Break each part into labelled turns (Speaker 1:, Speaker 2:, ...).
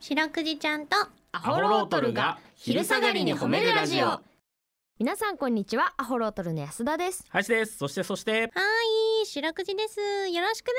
Speaker 1: 白くじちゃんと
Speaker 2: ア
Speaker 3: ホロートルが昼下がりに褒めるラジオ
Speaker 2: 皆さんこんにちはアホロートルの安田です
Speaker 3: 林ですそしてそして
Speaker 1: いい白くじですよろしくで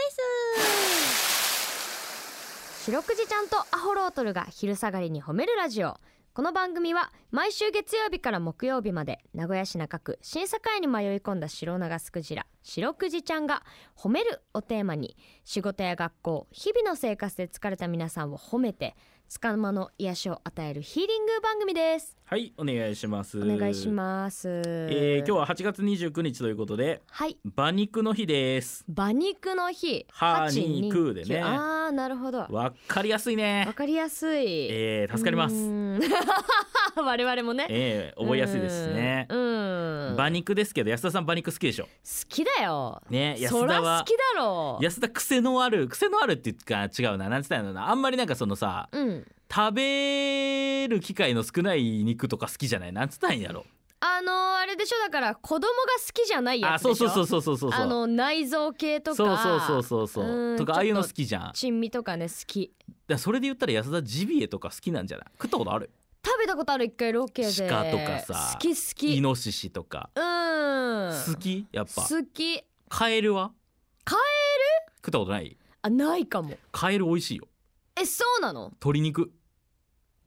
Speaker 1: す
Speaker 2: 白くじちゃんとアホロートルが昼下がりに褒めるラジオこの番組は毎週月曜日から木曜日まで名古屋市中区審査会に迷い込んだ白長スクジラ白くじちゃんが「褒める」をテーマに仕事や学校日々の生活で疲れた皆さんを褒めてつかの間の癒しを与えるヒーリング番組です
Speaker 3: はいお願いします
Speaker 2: お願いします、
Speaker 3: えー、今日は8月29日ということで
Speaker 2: はい
Speaker 3: 馬肉の日です
Speaker 2: 馬肉の日
Speaker 3: 歯に食うでね
Speaker 2: 829ああなるほどわ
Speaker 3: わかりやすいね
Speaker 2: かりやすい、
Speaker 3: えー、助かりま
Speaker 2: う
Speaker 3: す
Speaker 2: ーん 我々もね
Speaker 3: えー、覚えやすいですね
Speaker 2: うんうん
Speaker 3: 馬肉ですけど安田さん馬肉好きでしょ
Speaker 2: 好きだよ
Speaker 3: ね
Speaker 2: そ
Speaker 3: 安
Speaker 2: ら
Speaker 3: 田
Speaker 2: 好
Speaker 3: は
Speaker 2: きだろう
Speaker 3: 安田癖のある癖のあるっていうか違うななんつったんだろうなあんまりなんかそのさ
Speaker 2: うん
Speaker 3: 食べる機会の少ない肉とか好きじゃないなんつったんやろ
Speaker 2: あのーあれでしょだから子供が好きじゃないや
Speaker 3: あ
Speaker 2: つで
Speaker 3: そう
Speaker 2: しょ
Speaker 3: そうそうそうそうそう
Speaker 2: あの内臓系とか
Speaker 3: そうそうそうそうそう
Speaker 2: うん
Speaker 3: とか
Speaker 2: ちょっと
Speaker 3: ああいうの好きじゃんだか
Speaker 2: 珍味とかね好き
Speaker 3: らそれで言ったら安田ジビエとか好きなんじゃない食ったことある
Speaker 2: 食べたことある一回ロケで
Speaker 3: 鹿とかさ
Speaker 2: 好き好き
Speaker 3: イ
Speaker 2: うん
Speaker 3: ノシシとか好きやっぱ
Speaker 2: 好き
Speaker 3: カエルは
Speaker 2: カエ
Speaker 3: ル食ったことない
Speaker 2: あないかも
Speaker 3: カエル美味しいよ
Speaker 2: えそうなの
Speaker 3: 鶏肉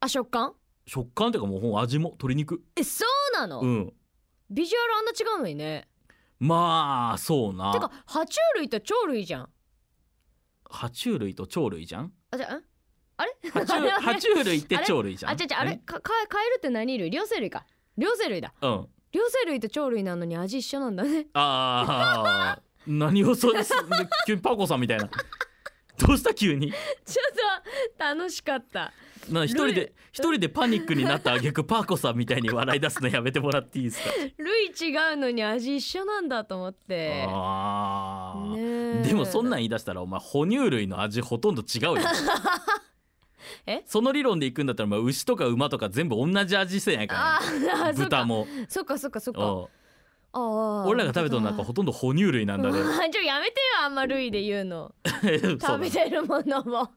Speaker 2: あ食感
Speaker 3: 食感っていうかもうほん味も鶏肉
Speaker 2: えそうなの、
Speaker 3: うん
Speaker 2: ビジュアルあんな違うのにね
Speaker 3: まあそう
Speaker 2: て
Speaker 3: な
Speaker 2: か爬虫類と鳥類じゃん
Speaker 3: 爬虫類と鳥類じゃん
Speaker 2: あじゃあん あれ
Speaker 3: 爬虫
Speaker 2: あれあれ
Speaker 3: 爬虫類って鳥類じ
Speaker 2: あ
Speaker 3: ゃん
Speaker 2: 違う違うあれかかカエルって何類両生類か両生類だ
Speaker 3: えうん
Speaker 2: 両生類と鳥類なのに味一緒なんだね
Speaker 3: ああ何をそうです急にパコさんみたいなどうした急に
Speaker 2: ちょっと楽しかった
Speaker 3: な一人で一人でパニックになった逆パーコさんみたいに笑い出すのやめてもらっていい ですか。
Speaker 2: 類違うのに味一緒なんだと思って
Speaker 3: あー
Speaker 2: ねえ
Speaker 3: でもそんなん言い出したらお前哺乳類の味ほとんど違うよ
Speaker 2: え
Speaker 3: その理論でいくんだったらまあ牛とか馬とか全部同じ味せんや
Speaker 2: あ
Speaker 3: か
Speaker 2: ー
Speaker 3: ら
Speaker 2: あそっ
Speaker 3: 豚
Speaker 2: か
Speaker 3: も
Speaker 2: そっかそっかそっか
Speaker 3: おう
Speaker 2: あー
Speaker 3: 俺らが食べとる中ほとんど哺乳類なんだね
Speaker 2: うわ ちょやめてよあんま類で言うの
Speaker 3: そうだ
Speaker 2: 食べてるものも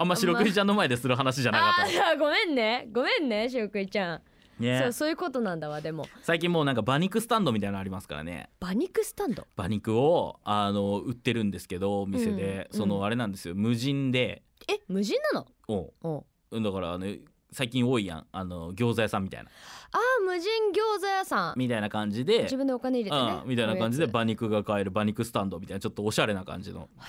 Speaker 3: あんま白くじちゃんの前でする話じゃなか
Speaker 2: あ
Speaker 3: っ
Speaker 2: あーごめんねごめんねしゅうくいちゃん、
Speaker 3: た、ね
Speaker 2: そう、そういうことなんだわでも
Speaker 3: 最近もうなんか馬肉スタンドみたいなのありますからね
Speaker 2: 馬肉スタンド
Speaker 3: 馬肉をあの売ってるんですけどお店で、
Speaker 2: うん
Speaker 3: そ
Speaker 2: うん
Speaker 3: のあれなんですよ無人で
Speaker 2: え無人なの
Speaker 3: おう
Speaker 2: お
Speaker 3: うんだからあの最近多いやんあの餃子屋さんみたいな
Speaker 2: あー無人餃子屋さん
Speaker 3: みたいな感じで
Speaker 2: 自分でお金入れてね
Speaker 3: うん、みたいな感じで
Speaker 2: こ
Speaker 3: 馬肉が買える馬肉スタンドみたいなちょっとおしゃれな感じの
Speaker 2: ういうや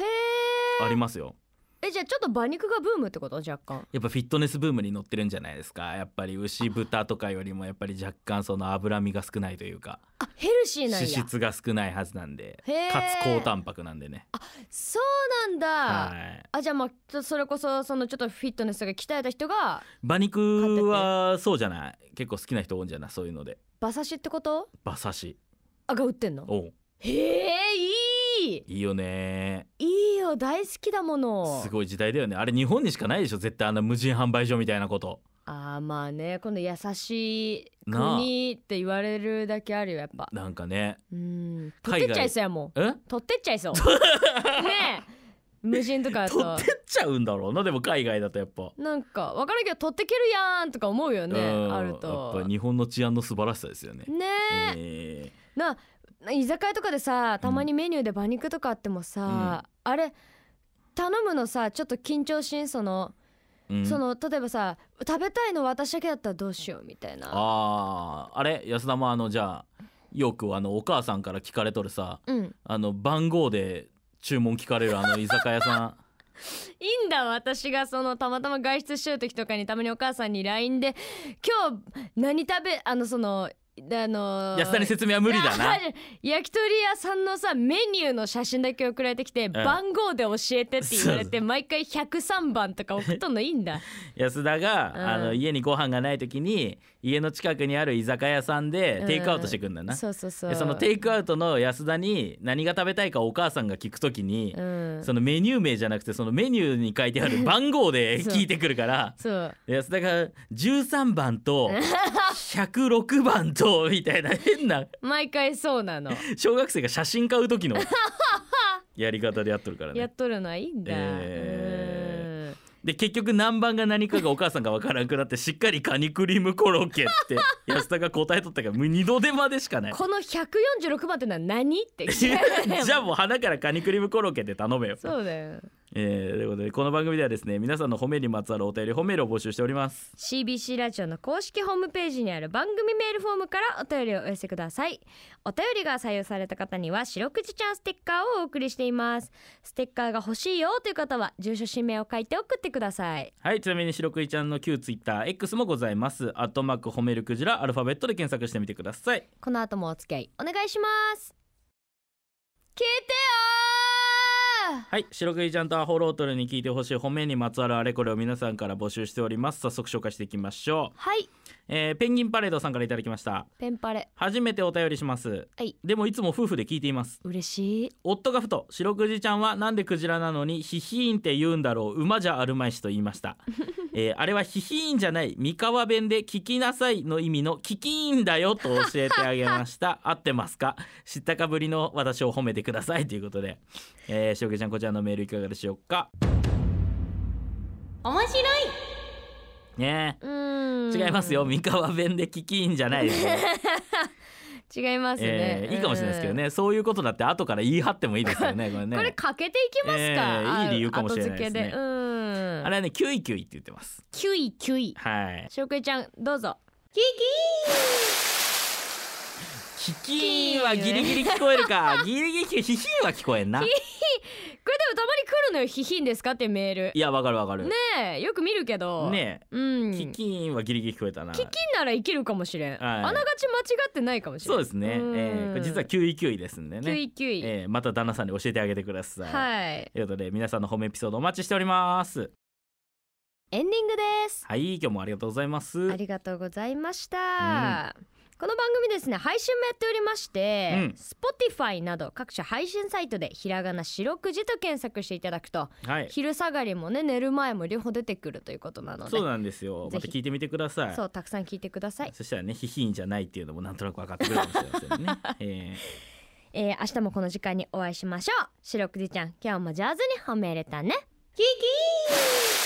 Speaker 2: つへ
Speaker 3: ありますよ
Speaker 2: ええじゃあちょっと馬肉がブームってこと若干
Speaker 3: やっぱフィットネスブームに乗ってるんじゃないですかやっぱり牛豚とかよりもやっぱり若干その脂身が少ないというか
Speaker 2: あヘルシーなんや
Speaker 3: 脂質が少ないはずなんで
Speaker 2: へー
Speaker 3: かつ高タンパクなんでね
Speaker 2: そうなんだ、
Speaker 3: はい
Speaker 2: あじゃあまあちょっとそれこそそのちょっとフィットネスが鍛えた人が
Speaker 3: 馬肉はそうじゃない結構好きな人多いんじゃないそういうので
Speaker 2: 馬刺しってこと
Speaker 3: 馬刺し
Speaker 2: あが売ってんの
Speaker 3: おう
Speaker 2: へえいい
Speaker 3: いいよね
Speaker 2: いいよ大好きだもの
Speaker 3: すごい時代だよねあれ日本にしかないでしょ絶対あんな無人販売所みたいなこと
Speaker 2: あーまあね今度優しい
Speaker 3: なあ
Speaker 2: 国って言われるだけあるよやっぱ
Speaker 3: なんかね
Speaker 2: うん
Speaker 3: 海外
Speaker 2: 取ってっちゃいそうやもん
Speaker 3: え
Speaker 2: 取ってっちゃい そうねえ無人とかだ
Speaker 3: 取
Speaker 2: と
Speaker 3: ってっちゃうんだろうなでも海外だとやっぱ、
Speaker 2: なんか分からんけど取ってけるやんとか思うよね
Speaker 3: うん
Speaker 2: あると
Speaker 3: やっぱ日本の治安の素晴らしさですよね、
Speaker 2: ねえ
Speaker 3: え
Speaker 2: なな居酒屋とかでさたまにメニューで馬肉とかあってもさ、あれ頼むのさちょっと緊張しんその、
Speaker 3: ーうん
Speaker 2: その例えばさ食べたいの私だけだったらどうしようみたいな
Speaker 3: あーあれ安田もあのじゃあよくあのお母さんから聞かれとるさ
Speaker 2: うん
Speaker 3: あの番号で注文聞かれるあの居酒屋 さ
Speaker 2: いいんだ私がそのたまたま外出してる時とかにたまにお母さんに LINE で「今日何食べあのそのあの
Speaker 3: ん安田に説明は無理だな
Speaker 2: 焼き鳥屋さんのさメニューの写真だけ送られてきて、番号で教えてって言われて毎回103番とか送っとんのいいんだ
Speaker 3: 安田が、
Speaker 2: うん
Speaker 3: あの家にご飯がない時に家の近くにある居酒屋さんで
Speaker 2: うん
Speaker 3: テイクアウトしてくんだよな、
Speaker 2: そうそうそう
Speaker 3: でそのテイクアウトの安田に何が食べたいかお母さんが聞く時に、
Speaker 2: うん
Speaker 3: そのメニュー名じゃなくてそのメニューに書いて ある番号で
Speaker 2: そう
Speaker 3: 聞いてくるから
Speaker 2: そう
Speaker 3: 安田が13番 と106番とみたいな変な
Speaker 2: 毎回そう なの
Speaker 3: 小学生が写真買う時のやり方でやっとるから
Speaker 2: や
Speaker 3: ね
Speaker 2: っとるのはいいんだ、
Speaker 3: えで結局南蛮が何かがお母さんがわからんくなってしっかりカニクリームコロッケって安田が答えとったからもう二度手間でしか ない
Speaker 2: この146番ってのは何って聞 いたよね
Speaker 3: じゃあもう花からカニクリームコロッケで頼めよ。
Speaker 2: そうだよ
Speaker 3: えーということでこの番組ではですね皆さんの褒めにまつわるお便り褒めるを募集しております
Speaker 2: CBC ラジオの公式ホームページにある番組メールフォームからお便りをお寄せくださいお便りが採用された方には白くじちゃんステッカーをお送りしていますステッカーが欲しいよという方は住所氏名を書いて送ってください
Speaker 3: はいちなみに白くいちゃんの旧ツイッター X もございますアットマーク褒めるクジラアルファベットで検索してみてください
Speaker 2: この後もお付き合いお願いします聞いてよー
Speaker 3: はい白くいちゃんとアホロートルに聞いてほしい褒めにまつわるあれこれを皆さんから募集しております早速紹介していきましょう、
Speaker 2: はい
Speaker 3: えーペンギンパレードさんからいただきました
Speaker 2: ペンパレ
Speaker 3: 初めてお便りします、
Speaker 2: はい
Speaker 3: でもいつも夫婦で聞いています
Speaker 2: 嬉しい
Speaker 3: 夫がふと白くじちゃんはなんでクジラなのにヒヒーンって言うんだろう馬じゃあるまいしと言い ました、えーあれはヒヒーンじゃない三河弁で聞きなさいの意味の聞きーんだよと教えてあげました 合ってますか知ったかぶりの私を褒めてくださいということで、えー、白くじちゃんこちらのメールいかがでしょうか
Speaker 1: 面白い
Speaker 3: ね
Speaker 2: うー
Speaker 3: え
Speaker 2: ん
Speaker 3: 違いますよ三河弁で聞きーんじ ゃないですよ、
Speaker 2: 違いますね、
Speaker 3: えーいいかもしれないですけどねそういうことだって後から言い張ってもいいです よねこれ
Speaker 2: うん、
Speaker 3: ね
Speaker 2: これかけていきますか、
Speaker 3: えーいい理由かもしれないです
Speaker 2: 後
Speaker 3: ね
Speaker 2: 付けでうん
Speaker 3: あれはねキュイキュイって言ってます
Speaker 2: キュイキュイ
Speaker 3: はい
Speaker 2: しょうくいちゃんどうぞ
Speaker 1: キ
Speaker 3: ヒキーンはギリギリ聞こえるか ギリギリヒヒーンは聞こえん な
Speaker 2: これでもたまに来るのよ「ひひんですか?」ってメール
Speaker 3: いやわかるわかる
Speaker 2: ねえよく見るけど
Speaker 3: ね
Speaker 2: う
Speaker 3: え
Speaker 2: ん
Speaker 3: ヒキーンはギリギリ聞こえたな
Speaker 2: キキならいけるかもしれん、
Speaker 3: はい
Speaker 2: あながち間違ってないかもしれん
Speaker 3: そうですね、え
Speaker 2: うん
Speaker 3: ーこれ実は9位9位ですんで
Speaker 2: キュ
Speaker 3: ね、
Speaker 2: イキュイ、
Speaker 3: えーまた旦那さんに教えてあげてください、
Speaker 2: はい
Speaker 3: ということで皆さんのホームエピソードお待ちしております
Speaker 2: エンディングです
Speaker 3: はい今日もありがとうございます
Speaker 2: ありがとうございました、この番組ですね配信もやっておりまして、
Speaker 3: うん
Speaker 2: Spotify など各種配信サイトでひらがな四六時と検索していただくと
Speaker 3: はい
Speaker 2: 昼下がりもね寝る前も両方出てくるということなので
Speaker 3: そうなんですよ
Speaker 2: ぜ
Speaker 3: ま
Speaker 2: ひ
Speaker 3: た聞いてみてください
Speaker 2: そうたくさん聞いてください、
Speaker 3: そしたらねヒヒーンじゃないっていうのもなんとなく分かってくるかもしれませ んね、え
Speaker 2: えー明日もこの時間にお会いしましょう白くじちゃん今日もジャズに褒めれたね
Speaker 1: キキー